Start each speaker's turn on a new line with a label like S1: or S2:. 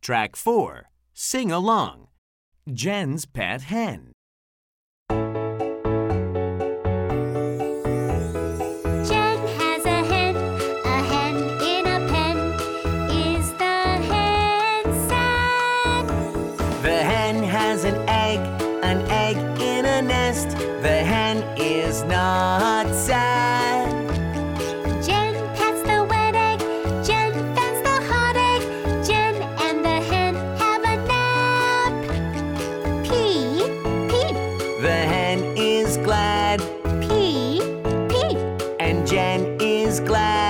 S1: Track 4 Sing Along Jen's Pet Hen.
S2: Jen has a hen, a hen in a pen. Is the hen sad?
S1: The hen has an egg, an egg in a nest. The hen is not sad.
S2: Jen pats the wet egg. Jen fends the hot egg. Jen and the hen have a nap. Pee, peep,
S1: The hen is glad,
S2: pee, peep.
S1: and Jen is glad.